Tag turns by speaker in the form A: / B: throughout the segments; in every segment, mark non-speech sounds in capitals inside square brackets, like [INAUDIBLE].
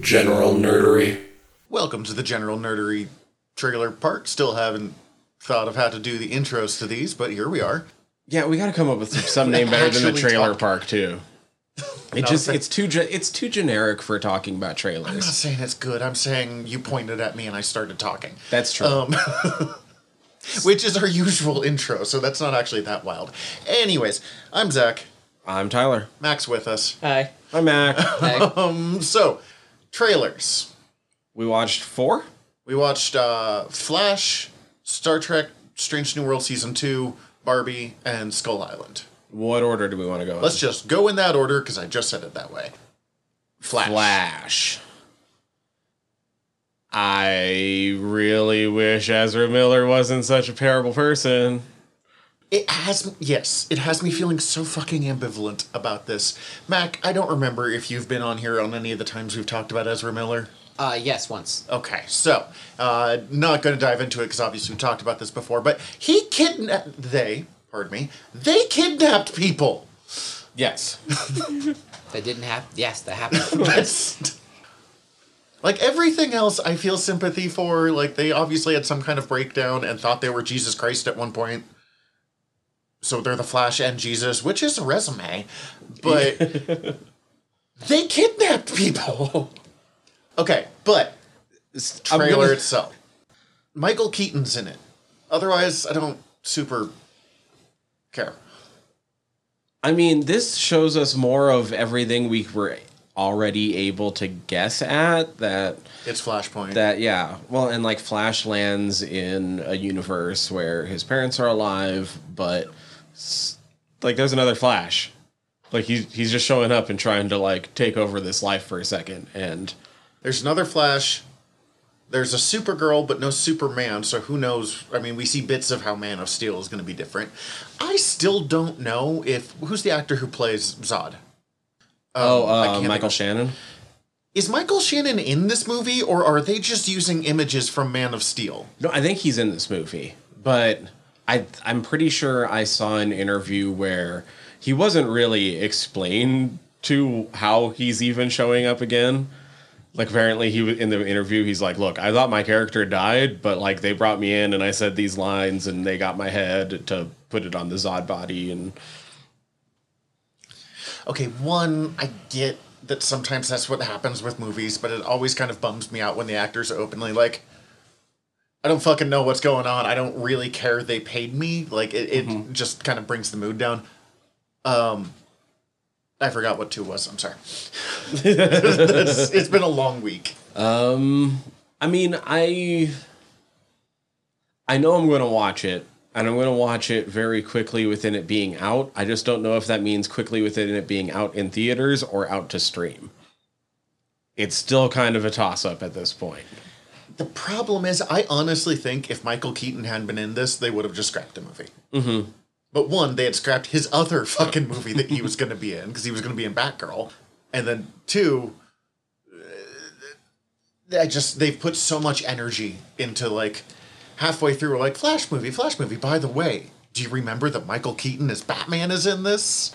A: general nerdery.
B: Welcome to the General Nerdery trailer park. Still haven't thought of how to do the intros to these, but here we are.
C: Yeah, we got to come up with some,
B: [LAUGHS]
C: some name better than the
B: Actually
C: trailer
B: talk-
C: park too.
B: No,
C: It just
B: I'm
C: it's too ge- it's too generic for talking about
B: I'm not
C: trailers.
B: saying it's good. I'm saying you pointed at me and I started talking,
C: That's true.
B: um, which is our usual intro. So that's not actually that wild. Anyways, I'm Zach.
C: I'm Tyler.
B: Max with us.
D: Hi.
B: [LAUGHS]
C: I'm Mac.
D: Hi.
B: So, trailers.
C: we watched four.
B: We watched uh, Flash, Star Trek, Strange New World Season 2, Barbie, and Skull Island.
C: What order do we want to go? in?
B: Let's just go in that order because I just said it that way. Flash.
C: Flash. I really wish Ezra Miller wasn't such a terrible person.
B: It has, yes, it has me feeling so fucking ambivalent about this. Mac, I don't remember if you've been on here on any of the times we've talked about Ezra Miller.
D: Uh, yes, once.
B: Okay, so uh, not going to dive into it because obviously we talked about this before, but he kidnapped, they, pardon me, they kidnapped people.
C: Yes.
D: That didn't happen. Yes,
B: [LAUGHS]
D: that happened.
B: best. Like everything else, I feel sympathy for. Like they obviously had some kind of breakdown and thought they were Jesus Christ at one point. So they're the Flash and Jesus, which is a resume,
C: [LAUGHS]
B: but they kidnapped people. Okay, but
C: I'm gonna-
B: trailer itself. Michael Keaton's in it. Otherwise, I don't super care.
C: I mean, this shows us more of everything we were already able to guess at that
B: It's Flashpoint.
C: That yeah, well, and like Flash lands in a universe where his parents are alive, but s- like there's another Flash, like he's he's just showing up and trying to like take over this life for a second, and
B: There's another Flash. There's a Supergirl, but no Superman, so who knows? I mean, we see bits of how Man of Steel is going to be different. I still don't know if. Who's the actor who plays Zod? Um,
C: oh,
B: I
C: uh,
B: can't
C: Michael
B: think-
C: Shannon,
B: Is Michael Shannon in this movie, or are they just using images from Man of Steel?
C: no, I think he's in this movie, but I I'm pretty sure I saw an interview where he wasn't really explained to how he's even showing up again. like apparently he was in the interview he's like look i thought my character died but like they brought me in and i said these lines and they got my head to put it on the zod body and
B: Okay, one, I get that sometimes that's what happens with movies, but it always kind of bums me out when the actors are openly like, I don't fucking know what's going on. I don't really care they paid me. Like, it, it just kind of brings the mood down. Um, I forgot what two was. I'm sorry. [LAUGHS] It's- it's been a long week.
C: Um, i mean i i know i'm going to watch it and i'm going to watch it very quickly within it being out i just don't know if that means quickly within it being out in theaters or out to stream it's still kind of a toss up at this point
B: The problem is, I honestly think if Michael Keaton hadn't been in this, they would have just scrapped the movie. Mm-hmm. But one, they had scrapped his other [LAUGHS] fucking movie that he was going to be in because he was going to be in Batgirl, and then two, uh, I just they've put so much energy into like halfway through, we're like Flash movie, Flash movie. By the way, do you remember that Michael Keaton as Batman is in this?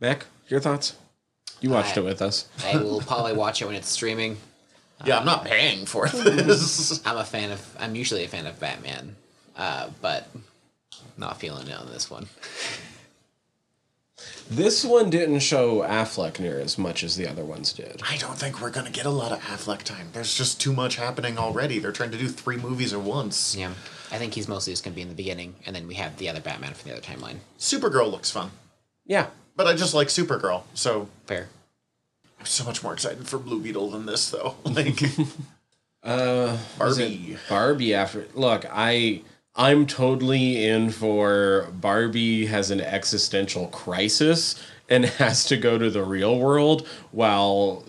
C: mac your thoughts you watched
D: I-
C: it with us
D: I will probably watch it when it's streaming.
B: Yeah, I'm not paying for [LAUGHS] this.
D: I'm a fan of. I'm usually a fan of Batman, uh, but not feeling it on this one.
C: This one didn't show Affleck near as much as the other ones did.
B: I don't think we're gonna get a lot of Affleck time. There's just too much happening already. They're trying to do three movies at once.
D: Yeah, I think he's mostly just gonna be in the beginning, and then we have the other Batman from the other timeline.
B: Supergirl looks fun,
C: Yeah.
B: but I just like Supergirl, so
D: Fair.
B: I'm so much more excited for Blue Beetle than this, though. [LAUGHS] Like, Barbie.
C: Barbie after look, I I'm totally in for Barbie has an existential crisis and [LAUGHS] has to go to the real world while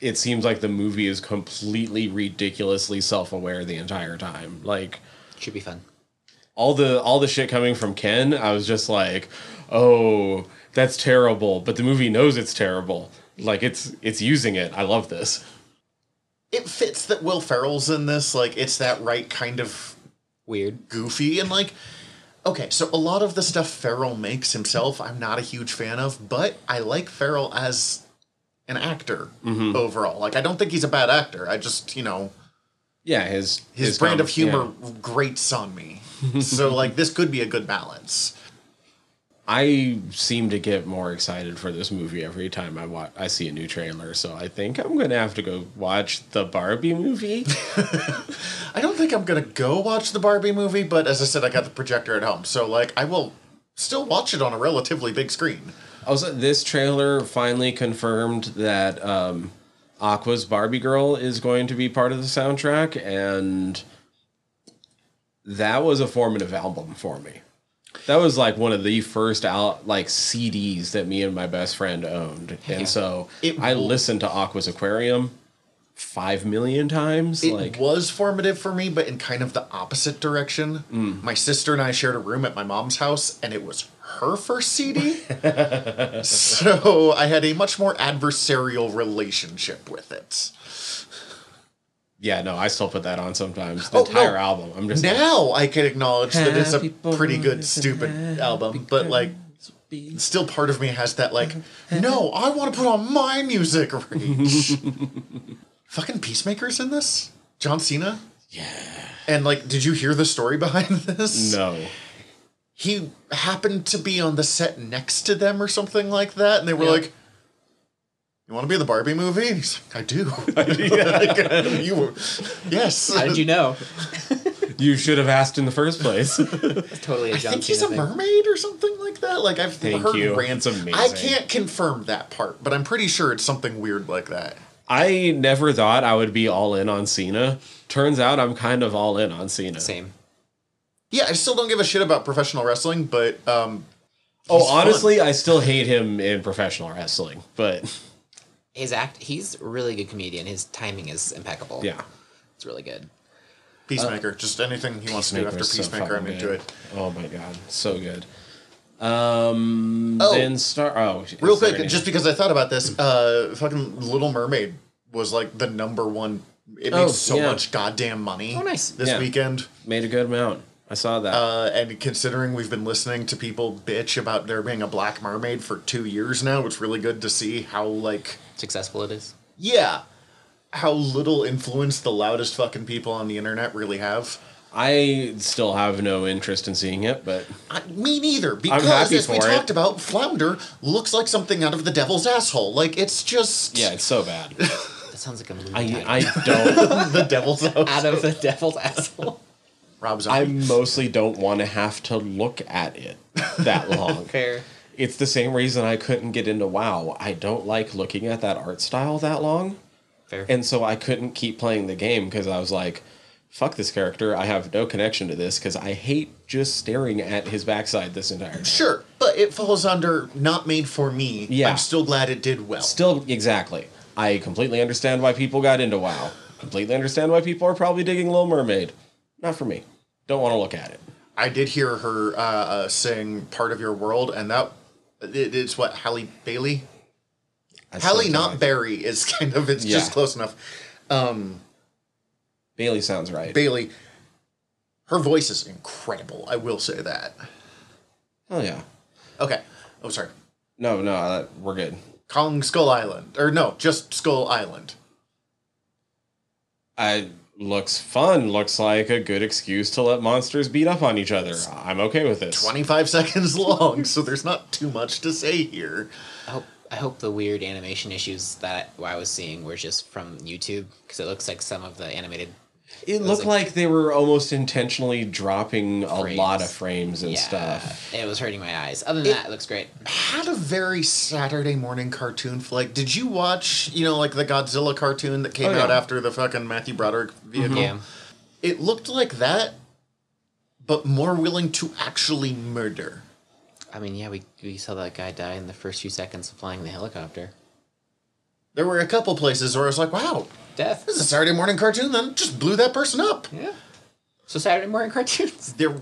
C: it seems like the movie is completely ridiculously self-aware the entire time. Like
D: Should be fun.
C: all the all the shit coming from Ken, I was just like, "Oh, that's terrible." But the movie knows it's terrible. Like it's it's using it. I love this.
B: It fits that Will Ferrell's in this. Like, it's that right kind of
D: Weird.
B: goofy and like. Okay, so a lot of the stuff Ferrell makes himself, I'm not a huge fan of, but I like Ferrell as an actor overall. Like I don't think he's a bad actor. I just, you know,
C: Yeah, his
B: his, brand
C: com-
B: of humor grates on me. so like this could be a good balance.
C: I seem to get more excited for this movie every time I watch. I see a new trailer, so I think I'm gonna have to go watch the Barbie movie.
B: I don't think I'm gonna go watch the Barbie movie, but as I said, I got the projector at home, so like I will still watch it on a relatively big screen.
C: also, this trailer finally confirmed that um, Aqua's Barbie Girl is going to be part of the soundtrack, and that was a formative album for me. That was like one of the first out like CDs that me and my best friend owned, and so
B: It
C: I
B: wa-
C: listened to Aqua's Aquarium five million times.
B: It
C: like
B: was formative for me, but in kind of the opposite direction.
C: Mm.
B: My sister and I shared a room at my mom's house, and it was her first
C: [LAUGHS]
B: CD. so I had a much more adversarial relationship with it.
C: Yeah, no, I still put that on sometimes. The
B: Oh,
C: entire
B: no.
C: album. I'm just like,
B: Now I can acknowledge that it's a
C: Happy boy
B: pretty good,
C: is a
B: stupid album, but like, still part of me has that like, no, I want to put on my music range. Fucking peacemakers in this, John Cena. Yeah. And like, did you hear the story behind [LAUGHS] this?
C: no.
B: He happened to be on the set next to them or something like that, and they were
D: Yeah.
B: like. You want to be in the Barbie movie? And He's like, I do. [LAUGHS] Like, you were, yes.
D: How did you know?
C: You should have asked in the first place. [LAUGHS]
D: It's totally a
B: I
D: John
B: think he's
D: Cena
B: a
D: thing.
B: mermaid or something like that. Like I've
C: Thank
B: heard
C: you.
B: rants.
C: It's amazing.
B: I can't confirm that part, but I'm pretty sure it's something weird like that.
C: I never thought I would be all in on Cena. Turns out I'm kind of all in on Cena.
D: Same.
B: Yeah, I still don't give a shit about professional wrestling, but um,
C: Oh,
B: He's fun.
C: honestly, I still hate him in professional wrestling, but
D: His act, he's a really good comedian. His timing is impeccable.
C: yeah.
D: It's really good.
B: Peacemaker, just anything he wants to do after
C: Peacemaker's Uh, so
B: Peacemaker, I'm
C: fucking
B: into
C: good.
B: it.
C: Oh my god, so good. Um
B: Oh.
C: then star oh
B: Real
C: is there
B: quick,
C: any-
B: just because I thought about
C: [CLEARS THROAT]
B: this, uh, fucking Little Mermaid was like the number one. It
C: Oh,
B: made so
C: yeah.
B: much goddamn money.
D: Oh, nice.
B: This
C: Yeah.
B: weekend.
C: made a good amount. I saw that.
B: Uh, and considering we've been listening to people bitch about there being a black mermaid for two years now, it's really good to see how like
D: Successful it is.
B: yeah, how little influence the loudest fucking people on the internet really have.
C: I still have no interest in seeing it, but
B: I, me neither, because
C: happy
B: as we
C: for it.
B: talked about, flounder looks like something out of the devil's asshole. Like it's just
C: yeah, it's so bad.
D: That sounds like a movie. title.
C: I I
B: [LAUGHS]
C: don't
B: the devil's asshole.
D: out of the [LAUGHS] devil's asshole.
B: Rob
C: I
B: Zombie.
C: mostly don't want to have to look at it
B: [LAUGHS]
C: that long.
D: Fair.
C: It's the same reason I couldn't get into WoW. I don't like looking at that art style that long.
D: Fair.
C: And so I couldn't keep playing the game because I was like, fuck this character. I have no connection to this because I hate just staring at his backside this entire time.
B: sure, but it falls under not made for me.
C: Yeah.
B: I'm still glad it did well.
C: Still, exactly. I completely understand why people got into WoW. Completely understand why people are probably digging Little Mermaid. Not for me. Don't want to look at it.
B: I did hear her uh, uh, sing "Part of Your World," and that it, it's what Halle Bailey,
C: I still
B: Halle,
C: don't
B: not
C: like-
B: Barry, is kind of it's
C: Yeah.
B: just close enough. Um,
C: Bailey sounds right.
B: Bailey, her voice is incredible. I will say that.
C: Hell yeah.
B: Okay, oh sorry,
C: No, no, uh, we're good.
B: Kong Skull Island, or no, just Skull Island.
C: I looks fun. Looks like a good excuse to let monsters beat up on each other. I'm okay with this.
B: Twenty-five [LAUGHS] seconds long, so there's not too much to say here.
D: I hope I hope the weird animation issues that I was seeing were just from YouTube because it looks like some of the animated.
C: It looked like, they were almost intentionally dropping a
D: Frames.
C: lot of frames and
D: Yeah,
C: stuff.
D: it was hurting my eyes. Other than that, it looks great.
B: Had a very Saturday morning cartoon flick. Did you watch, you know, like the Godzilla cartoon that came
C: Oh, yeah. Mm-hmm.
B: out after the fucking Matthew Broderick vehicle?
D: Yeah,
B: it looked like that, but more willing to actually murder.
D: I mean, yeah, we we saw that guy die in the first few seconds of flying the helicopter.
B: There were a couple places where I was like, wow,
D: Death.
B: this is a Saturday morning cartoon, then just blew that person up.
D: Yeah. So Saturday morning [LAUGHS] cartoons.
B: There,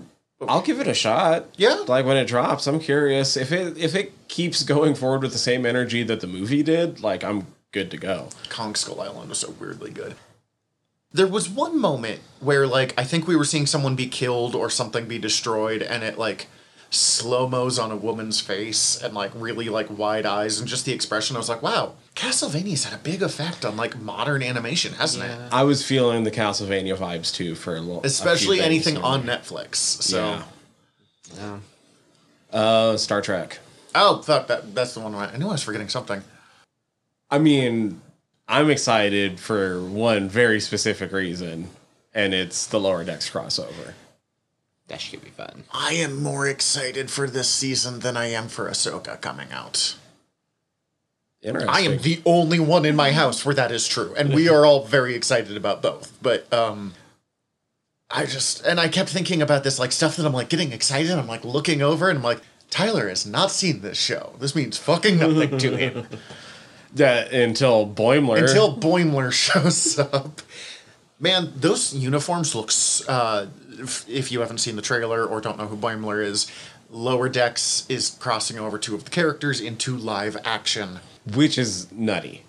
C: I'll give it a shot.
B: Yeah.
C: Like when it drops, I'm curious if it if it keeps going forward with the same energy that the movie did. Like I'm good to go.
B: Kong Skull Island was so weirdly good. There was one moment where, like, I think we were seeing someone be killed or something be destroyed, and it, like, slow mos on a woman's face and like really like wide eyes and just the expression. I was like, wow, Castlevania's had a big effect on like modern animation, hasn't
D: Yeah.
B: it?
C: I was feeling the Castlevania vibes too for a lo- a few
B: Especially
C: things, Uh,
B: anything
C: so-
B: on Netflix. So
C: Yeah.
D: No.
C: Uh, Star Trek.
B: oh fuck, that that's the one. Where I, I knew I was forgetting something.
C: I mean, I'm excited for one very specific reason, and it's the Lower Decks crossover.
D: That should be fun.
B: I am more excited for this season than I am for Ahsoka coming out.
C: Interesting.
B: I am the only one in my house where that is true, and we are all very excited about both. But um, I just and I kept thinking about this like stuff that I'm like getting excited. I'm like looking over and I'm like, Tyler has not seen this show. This means fucking nothing to him [LAUGHS]
C: Yeah, until Boimler.
B: until Boimler shows up. Man, those uniforms looks. Uh, if, if you haven't seen the trailer or don't know who Boimler is, Lower Decks is crossing over two of the characters into live action.
C: which is nutty.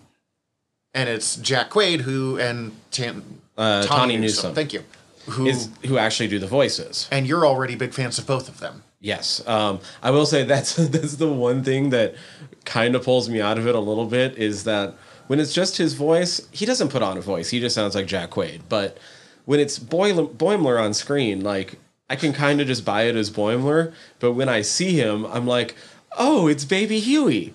B: and it's Jack Quaid who and Tan,
C: Uh, Tawny Newsome.
B: Thank you. Who
C: Is who actually do the voices?
B: and you're already big fans of both of them.
C: Yes. Um, I will say that's [LAUGHS] that's the one thing that kind of pulls me out of it a little bit is that when it's just his voice, he doesn't put on a voice. He just sounds like Jack Quaid. But when it's Boil- Boimler on screen, like I can kind of just buy it as Boimler. But when I see him, I'm like, oh, it's Baby Huey.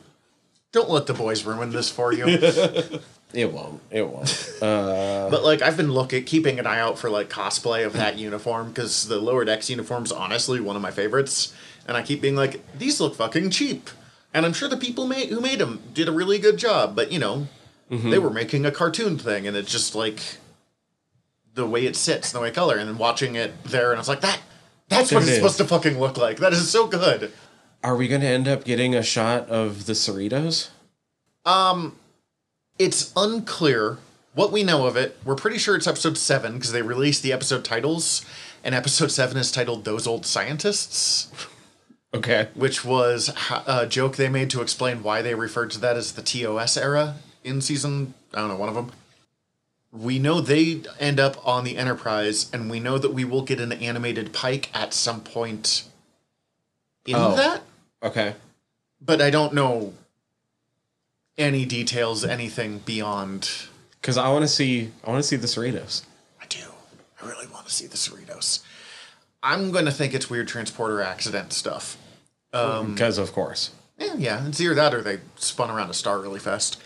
B: Don't let the boys ruin this for
C: [LAUGHS]
B: you.
C: It won't. It won't.
B: but like I've been looking, keeping an eye out for like cosplay of that uniform because the lower decks uniform's honestly one of my favorites, and I keep being like, these look fucking cheap, and I'm sure the people made who made them did a really good job, but you know, they were making a cartoon thing, and it's just like the way it sits, and the way it color, and then watching it there, and I was like that. That's what
C: It
B: it's
C: is.
B: supposed to fucking look like. That is so good.
C: Are we going to end up getting a shot of the Cerritos?
B: it's unclear what we know of it. We're pretty sure it's episode seven because they released the episode titles, and episode seven is titled "Those Old Scientists,"
C: Okay.
B: which was h- a joke they made to explain why they referred to that as the TOS era in season. I don't know one of them. We know they end up on the Enterprise, and we know that we will get an animated Pike at some point in
C: Oh.
B: that
C: Okay.
B: but I don't know any details, anything beyond.
C: Because I want to see. I want to see the Cerritos.
B: I do. I really want to see the Cerritos. I'm going to think it's weird transporter accident stuff.
C: Because of course.
B: Yeah, yeah, it's either that or they spun around a star really fast.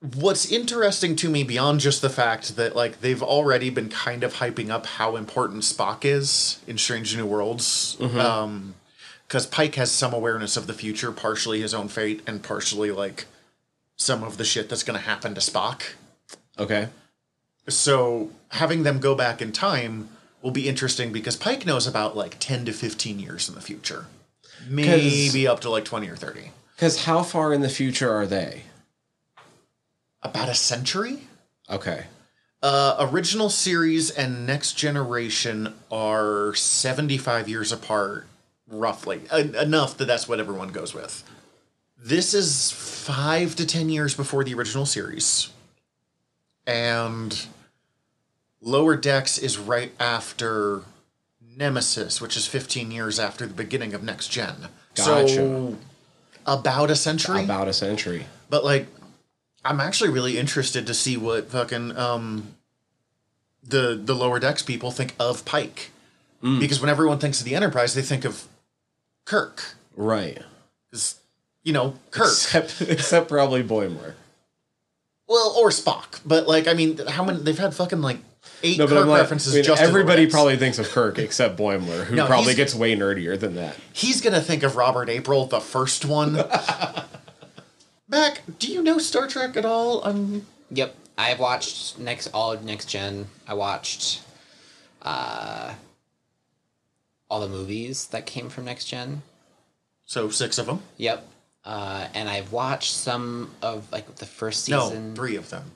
B: What's interesting to me beyond just the fact that like they've already been kind of hyping up how important Spock is in Strange New Worlds, because Pike has some awareness of the future, partially his own fate and partially like some of the shit that's going to happen to Spock.
C: Okay.
B: So having them go back in time will be interesting because Pike knows about like ten to fifteen years in the future, maybe up to like twenty or thirty.
C: Because how far in the future are they?
B: about a century.
C: Okay.
B: Uh, original series and next generation are 75 years apart, roughly. En- enough that that's what everyone goes with. This is five to 10 years before the original series. And Lower Decks is right after Nemesis, which is 15 years after the beginning of Next Gen.
C: Gotcha.
B: So, about a century?
C: About a century.
B: But like, I'm actually really interested to see what fucking um, the the lower decks people think of Pike,
C: Mm.
B: because when everyone thinks of the Enterprise, they think of Kirk.
C: Right.
B: 'Cause, You know, Kirk.
C: Except, except probably Boimler.
B: well, or Spock. But like, I mean, how many? They've had fucking like eight
C: No, but
B: Kirk
C: I'm like,
B: references.
C: I mean,
B: just in Lower
C: everybody
B: Decks.
C: probably thinks of Kirk except Boimler, who
B: No,
C: probably
B: he's-
C: gets way nerdier than that.
B: he's gonna think of Robert April, the first
C: [LAUGHS]
B: one. Mac, do you know Star Trek at all? I'm
D: Yep. I've watched next all of next gen. I watched uh all the movies that came from next gen.
B: so six of them.
D: Yep. Uh and I've watched some of like the first
B: No,
D: season.
B: three of them.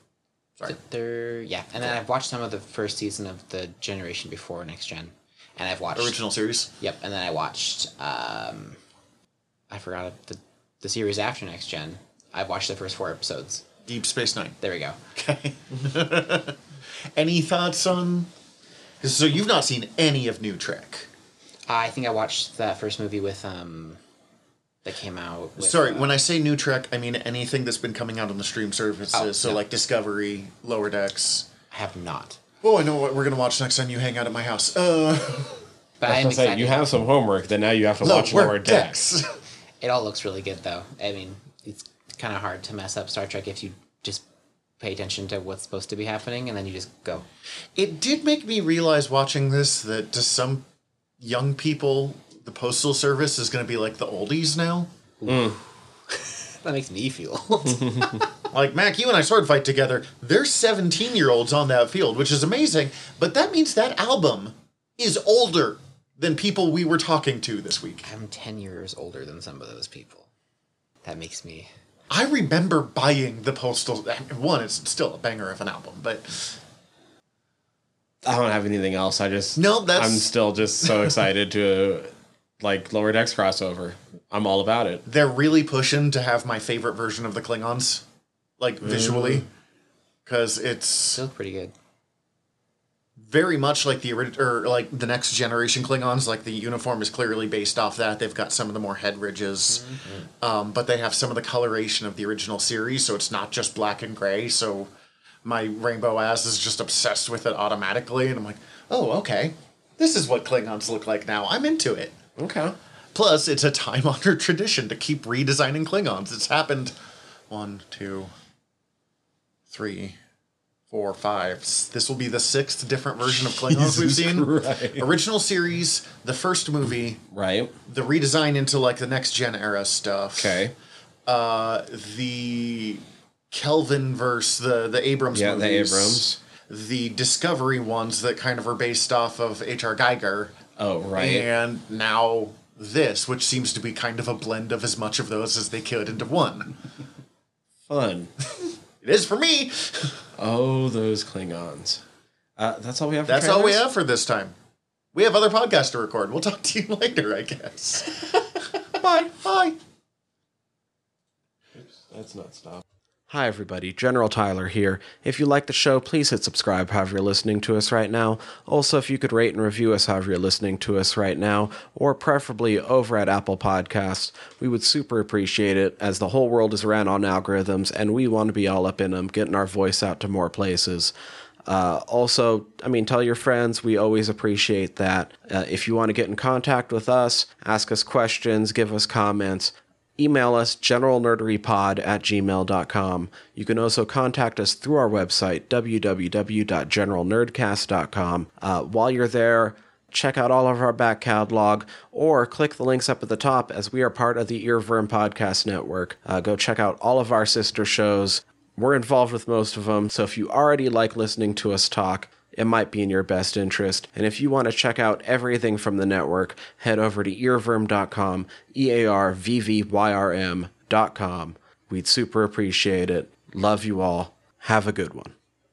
D: the third- yeah. And then I've watched some of the first season of the generation before next gen. And I've watched
B: Original series.
D: Yep, and then I watched um I forgot the the series after next gen. I've watched the first four episodes.
B: Deep Space Nine.
D: There we go.
B: Okay. [LAUGHS] Any thoughts on? So you've not seen any of New Trek.
D: Uh, I think I watched that first movie with um, that came out. With,
B: Sorry,
D: uh,
B: when I say new Trek, I mean anything that's been coming out on the stream services.
D: Oh,
B: so
D: yeah.
B: like Discovery, Lower Decks.
D: I have not.
B: Oh, I know what we're gonna watch next time you hang out at my house. Uh,
D: But
C: I
D: I'm
C: was gonna say
D: excited.
C: you have some homework. Then now you have to watch
B: Lower
C: Lower Decks.
B: Decks. [LAUGHS]
D: It all looks really good though. I mean, it's kind of hard to mess up Star Trek if you just pay attention to what's supposed to be happening and then you just go.
B: It did make me realize watching this that to some young people, the postal service is going to be like the oldies now.
D: That makes me feel old.
B: Like Mac, you and I sword fight together. They're seventeen-year-olds on that field, which is amazing. But that means that album is older than people we were talking to this week.
D: I'm 10 years older than some of those people. That makes me.
B: I remember buying the postal. One, it's still a banger of an album, but
C: I don't have anything else. I just
B: No, that's-
C: I'm still just
B: [LAUGHS]
C: so excited to like Lower Decks crossover. I'm all about it.
B: they're really pushing to have my favorite version of the Klingons, like visually, because it's
D: Still pretty good.
B: very much like the orig- or like the next generation Klingons. Like the uniform is clearly based off that. They've got some of the more head ridges, um, but they have some of the coloration of the original series, so it's not just black and gray. So my rainbow ass is just obsessed with it automatically, and I'm like, oh okay, this is what Klingons look like now. I'm into it.
C: Okay.
B: Plus, it's a time honored [LAUGHS] tradition to keep redesigning Klingons. It's happened one, two, three, four, five. s- This will be the sixth different version of Klingons we've seen. Original series, the first movie,
C: Right.
B: the redesign into like the next gen era stuff.
C: Okay.
B: Uh, the Kelvin verse, the the Abrams
C: Yeah, the
B: movies,
C: Abrams.
B: the Discovery ones that kind of are based off of H.R. Geiger
C: Oh right.
B: and now this, which seems to be kind of a blend of as much of those as they could into one.
C: Fun.
B: It is for me.
C: Oh, those Klingons. Uh, that's all we have. For
B: That's all we
C: trailers?
B: have for this time. We have other podcasts to record. We'll talk to you [LAUGHS] later, I guess.
C: [LAUGHS]
B: Bye. Bye.
C: That's not stop. Hi, everybody. General Tyler here. If you like the show, please hit subscribe however you're listening to us right now. Also, if you could rate and review us however you're listening to us right now, or preferably over at Apple Podcasts, we would super appreciate it as the whole world is ran on algorithms and we want to be all up in them, getting our voice out to more places. Uh, also, I mean, tell your friends. We always appreciate that. Uh, if you want to get in contact with us, ask us questions, give us comments, email us generalnerderypod at gmail.com. You can also contact us through our website, www.generalnerdcast.com. Uh, while you're there, check out all of our back catalog or click the links up at the top as we are part of the Earworm Podcast Network. Uh, go check out all of our sister shows. We're involved with most of them, so if you already like listening to us talk, it might be in your best interest. And if you want to check out everything from the network, head over to earworm.com, E A R V V Y R M.com. We'd super appreciate it. Love you all. Have a good one.